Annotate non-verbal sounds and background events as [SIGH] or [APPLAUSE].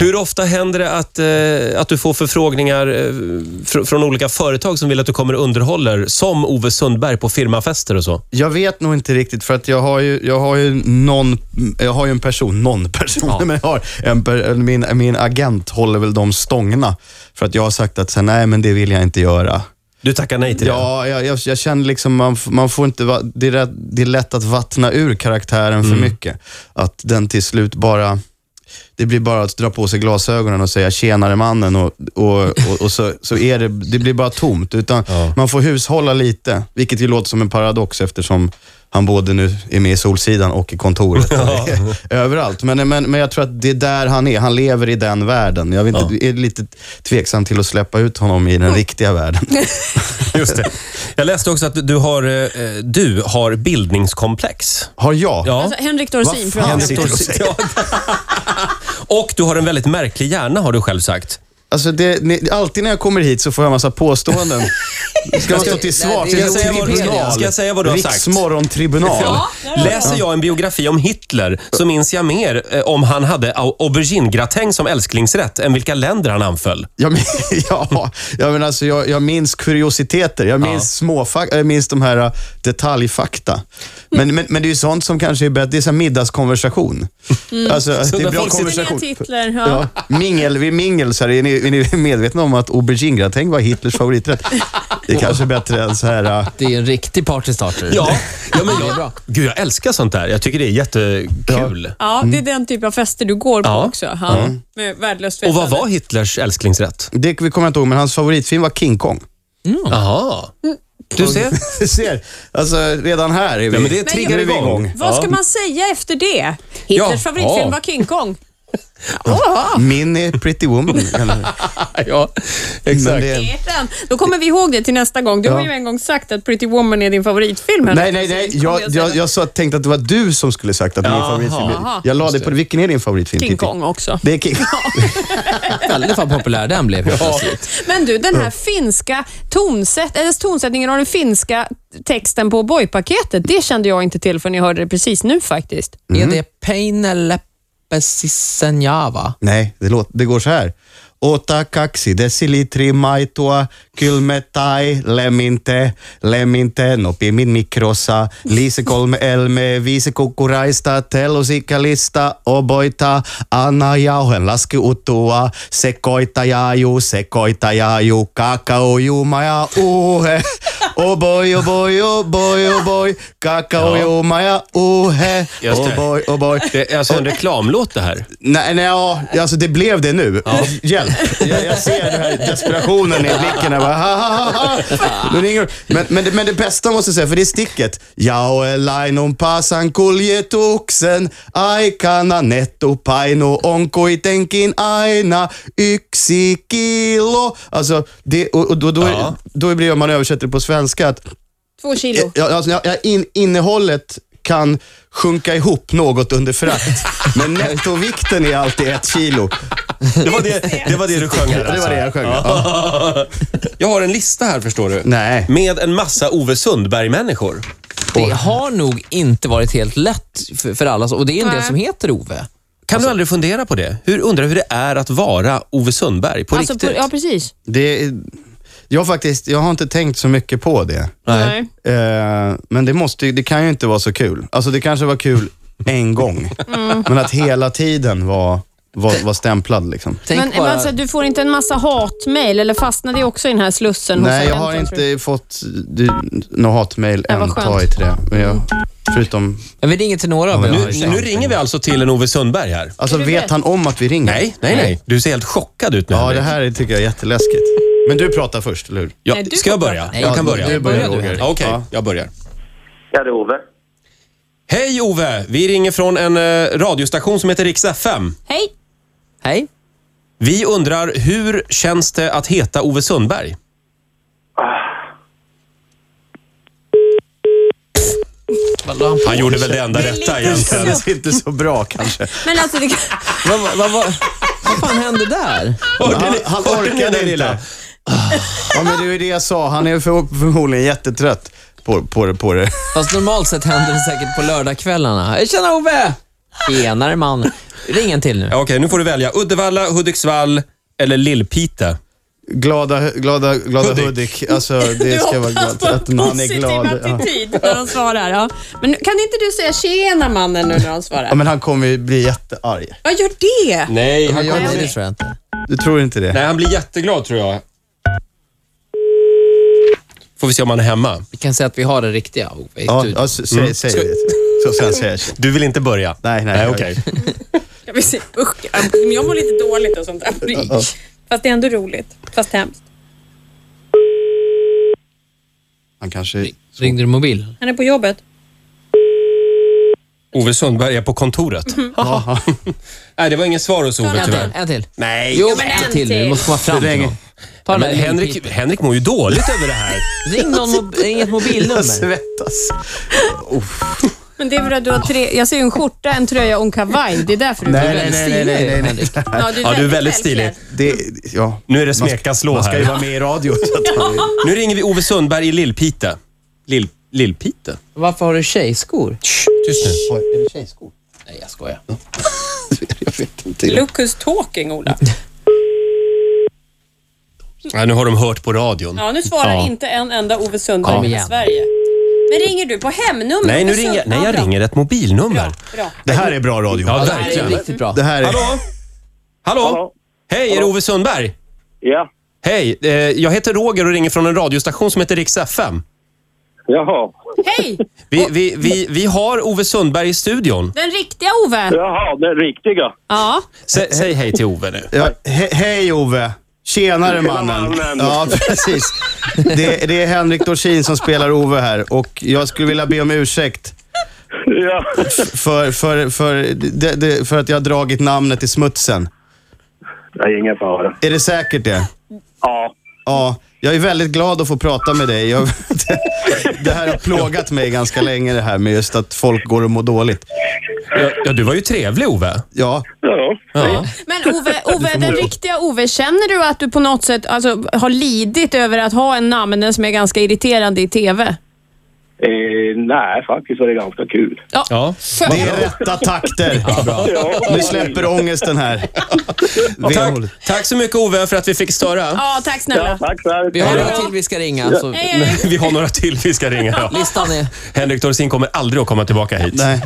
Hur ofta händer det att, eh, att du får förfrågningar eh, fr- från olika företag som vill att du kommer och underhåller, som Ove Sundberg på firmafester och så? Jag vet nog inte riktigt för att jag har ju, jag har ju någon, jag har ju en person, någon person, [LAUGHS] men jag har en, per- min, min agent håller väl dem stångna. För att jag har sagt att så här, nej men det vill jag inte göra. Du tackar nej till det? Ja, jag, jag, jag känner liksom man, f- man får inte, va- det är, rätt, det är lätt att vattna ur karaktären Mm. för mycket. Att den till slut bara, det blir bara att dra på sig glasögonen och säga tjenare mannen och, och, och, och så, så är det, det blir bara tomt. Utan Ja. man får hushålla lite, vilket ju låter som en paradox eftersom han både nu är med i Solsidan och [LAUGHS] i kontoret. [LAUGHS] Överallt. Men, men, men jag tror att det är där han är. Han lever i den världen. Jag vet inte, är lite tveksam till att släppa ut honom i Mm. den [LAUGHS] riktiga världen. Just det. [LAUGHS] Jag läste också att du har, eh, du har bildningskomplex. Har jag? Ja. Alltså, Henrik Dorsin Vad pratar fan om. sitter- det. Ja. [LAUGHS] Och du har en väldigt märklig hjärna har du själv sagt. Alltså det, ni, alltid när jag kommer hit så får jag en [LAUGHS] massa påståenden. Ska man stå till svars? Ska jag säga vad du- Tribunal. ska jag säga vad du har sagt? Riksmorgontribunal. Ja, där har Läser jag en biografi om Hitler så minns jag mer eh, om han hade au- auberginegratäng som älsklingsrätt än vilka länder han anföll. Jag, men, [LAUGHS] ja, jag, men alltså, jag, jag minns kuriositeter, jag minns småfakta, jag minns de här äh, detaljfakta. Mm. Men, men, men det är ju sånt som kanske är bättre, det är så här middagskonversation. Mm. Alltså, det när är bra folk sitter- vi. Nya konversation. titlar. Ja. Ja, mingel vid mingel, så här, är, ni, är ni medvetna om att auberginegratäng var Hitlers favoriträtt? Det är kanske bättre än så här... äh, Det är en riktig partystarter. Ja, [LAUGHS] ja men Det är jag, bra. gud, jag älskar sånt där. Jag tycker det är jättekul. Ja, det är Mm. den typ av fester du går på Ja. också. Ja. Med värdelöst Och vad vetande. var Hitlers älsklingsrätt? Det vi kommer jag inte ihåg, men hans favoritfilm var King Kong. [LAUGHS] Mm. Jaha. Du ser. Du ser, alltså redan här är vi, Ja, men det triggar nu är vi igång. Vad ska Ja. man säga efter det? Hitlers Ja. favoritfilm Ja. var [LAUGHS] King Kong. Ah. Min är Pretty Woman. eller- [LAUGHS] ja, men exakt. det, Vet den. Då kommer vi ihåg det till nästa gång. Du har ju en gång sagt att Pretty Woman är din favoritfilm. Henrik. nej, nej, nej. Så kommer Jag, säga jag, jag sa, tänkte att det var du som skulle sagt att min favoritfilm är- Jag la det på Vilken är din favoritfilm? King Titti? [LAUGHS] Kong också. Det är King [LAUGHS] Väldigt vad populär den blev helt plötsligt. Men du, den här finska tonsätt, eller tonsättningen av den finska texten på O'boy-paketet, det kände jag inte till förrän jag hörde det precis nu faktiskt. Är det Peineläppä Sissenjava? Nej, det, låter, det går så här. Åta kaksi desilitri maitoa, kylmetai leminte, leminte nopimin mikrosa, liise kolme elme, viisi kukkuraista, telusikkalista, oboita, anna jauhen laski utua, sekoitajaju, sekoitajaju, kakaojuuma ja uhe, oboi, oboi, oboi, oboi, kakaojuuma ja uhe, Just det. oboi, oboi. Det är alltså en reklamlåt det här. Nej, nej ja, alltså det blev det nu. Hjälp. Jag, jag ser den här desperationen i blicken. Jag bara, ha, ha, ha, ha. Nu ringer de. men, men, det, men det bästa måste jag säga, för det är sticket. Jaue lainon pasan kuljetuksen aikana nettopaino on kuitenkin aina yksi kilo. Alltså, det, och, och då, då, Ja. då blir det om man översätter det på svenska att Två kilo. Ja, alltså, ja, ja, in, innehållet kan sjunka ihop något under [LAUGHS] frakt, men nettovikten är alltid ett kilo. Det var det, det, var det du sjöng alltså. här Ja, det var det jag sjöng. Ja. Ja. Jag har en lista här förstår du. Nej. Med en massa Ove Sundberg-människor. Det har nog inte varit helt lätt för, för alla, och det är en del som heter Ove. Kan du aldrig fundera på det? Hur, undrar hur det är att vara Ove Sundberg på Alltså, riktigt? ja, precis. Det, är- jag, faktiskt, jag har inte tänkt så mycket på det, Nej. eh, men det, måste, ju- det kan ju inte vara så kul. Alltså det kanske var kul en gång, men att hela tiden var, var, var stämplad. Liksom. Tänk Men bara, alltså, du får inte en massa hatmejl eller fastnar det också i den här slussen? hos Nej, jag agenten, har tror du? inte fått du, något hatmejl Nej, vad än, skönt. ta i trä. Men jag, förutom... men vi ringer till några av er. Nu, nu ringer vi alltså till en Ove Sundberg här. Alltså, Är du vet rädd? han om att vi ringer? Nej, nej, nej. Du ser helt chockad ut nu. Ja, Henrik. det här tycker jag är jätteläskigt. Men du pratar först, eller hur? Ja, Nej, du ska får jag börja? prata. jag Nej, kan börja. du börjar, du, Henrik. Okej, Ja. jag börjar. Ja, det är Ove. Hej Ove! Vi ringer från en eh, radiostation som heter Rix FM. Hej! Hej. Vi undrar, hur känns det att heta Ove Sundberg? Vad la han på? Han gjorde väl det enda rätta egentligen. kändes inte så bra kanske. Men alltså, det, Vad, vad, vad, vad, vad fan hände där? [LAUGHS] Hörde Han, ni- han hörde ni det orkade lilla? inte. Ja, men det är ju det jag sa. Han är för- förmodligen jättetrött på, på, det- på det. Fast normalt sett händer det säkert på lördagskvällarna. Tjena Ove! Eh, Tjenare man. Ring en till nu. Ja, Okej, nu får du välja. Uddevalla, Hudiksvall eller Lillpite. Glada, glada, glada Hudik. Hudik. Alltså, det ska vara glad. Att man är glad. Ja. attityd när de svarar. Ja. Men nu- kan inte du säga tjena mannen nu när de svarar? ja, men han kommer ju bli jättearg. Ja, gör det. Nej, han, Han gör jag- det, det tror jag inte. Du tror inte det? nej, han blir jätteglad tror jag. Får vi se om han är hemma. Vi kan säga att vi har det riktiga Ove. Ja, Du- ja s- säg, säg Ska- det. Så sen säger jag så. Du vill inte börja? Nej, nej, nej jag- okej. Jag, vill se, usch, jag mår lite dåligt och sånt där. Fast det är ändå roligt. Fast hemskt. Han kanske... Ringde du mobil? Han är på jobbet. Ove Sundberg är på kontoret. Jaha. [LAUGHS] Nej, det var inget svar hos Ove Ja, En till. tyvärr. En till. Nej. Jo, men en en till nu. till. Vi måste komma fram till Ring. någon. Ta den Men där Henrik, ringpipan. Henrik mår ju dåligt över det här. Ring någon, mob- ring ett Jag mobilnummer. svettas. Men det är för att du har tre... Jag ser ju en skjorta, en tröja och en kavaj. Det är därför du Nej, blir nej, väldigt nej, nej, stilig. nej, nej, nej. Ja, du är, Ja, du är väldigt stilig. välklädd. Det, ja. Nu är det Man ska- smeka slå Man ska ju här. vara med i radio. Så att man, Nu ringer vi Ove Sundberg i Lillpite. Lill, Lillpite? Varför har du tjejskor? Shh, tyst nu. Oj, är det tjejskor? Nej, jag skojar. Jag vet inte. Look who's talking, Ola. Ja, nu har de hört på radion. Ja, nu svarar Ja. inte en enda Ove Sundberg Kom i igen. Sverige. Men ringer du på hemnummer? Nej, nu Ove ringer, Sund- nej, Ja, jag bra. ringer ett mobilnummer. Bra, bra. Det här är bra radio. Ja, Ja, det här är verkligen. riktigt bra. Det här är... Hallå? Hallå? Hallå? Hej, är det Ove Sundberg? Ja, Hej, eh, jag heter Roger och ringer från en radiostation som heter Rix FM. jaha. Hej! Vi, vi, vi, vi har Ove Sundberg i studion. Den riktiga Ove. Jaha, den riktiga. Ja. Sä, säg hej till Ove nu. Ja, he hej Ove! Tjenare mannen! mannen. Ja, precis. Det, det är Henrik Dorsin som spelar Ove här och jag skulle vilja be om ursäkt Ja, för, för, för, det, det, för att jag har dragit namnet i smutsen. det är ingen fara. Är det säkert det? Ja, Ja, jag är väldigt glad att få prata med dig. Jag, det, [LAUGHS] det här har plågat mig ganska länge det här med just att folk går och mår dåligt. Ja, ja, du var ju trevlig Ove. Ja, ja. Ja. Men Ove, Ove den riktiga Ove, känner du att du på något sätt alltså, har lidit över att ha en namne som är ganska irriterande i TV? Eh, nej, faktiskt var det ganska kul. Ja. det är rätta takter. [LAUGHS] Ja, Nu släpper ångesten här. Tack, Vemodigt. tack så mycket Ove för att vi fick [LAUGHS] störa. Ja, tack ja, snälla. tack själv. Vi har Ja. några till vi ska ringa. Så Hej, hej. Vi har några till vi ska ringa. Ja. listan är... Henrik Dorsin kommer aldrig att komma tillbaka hit. Nej.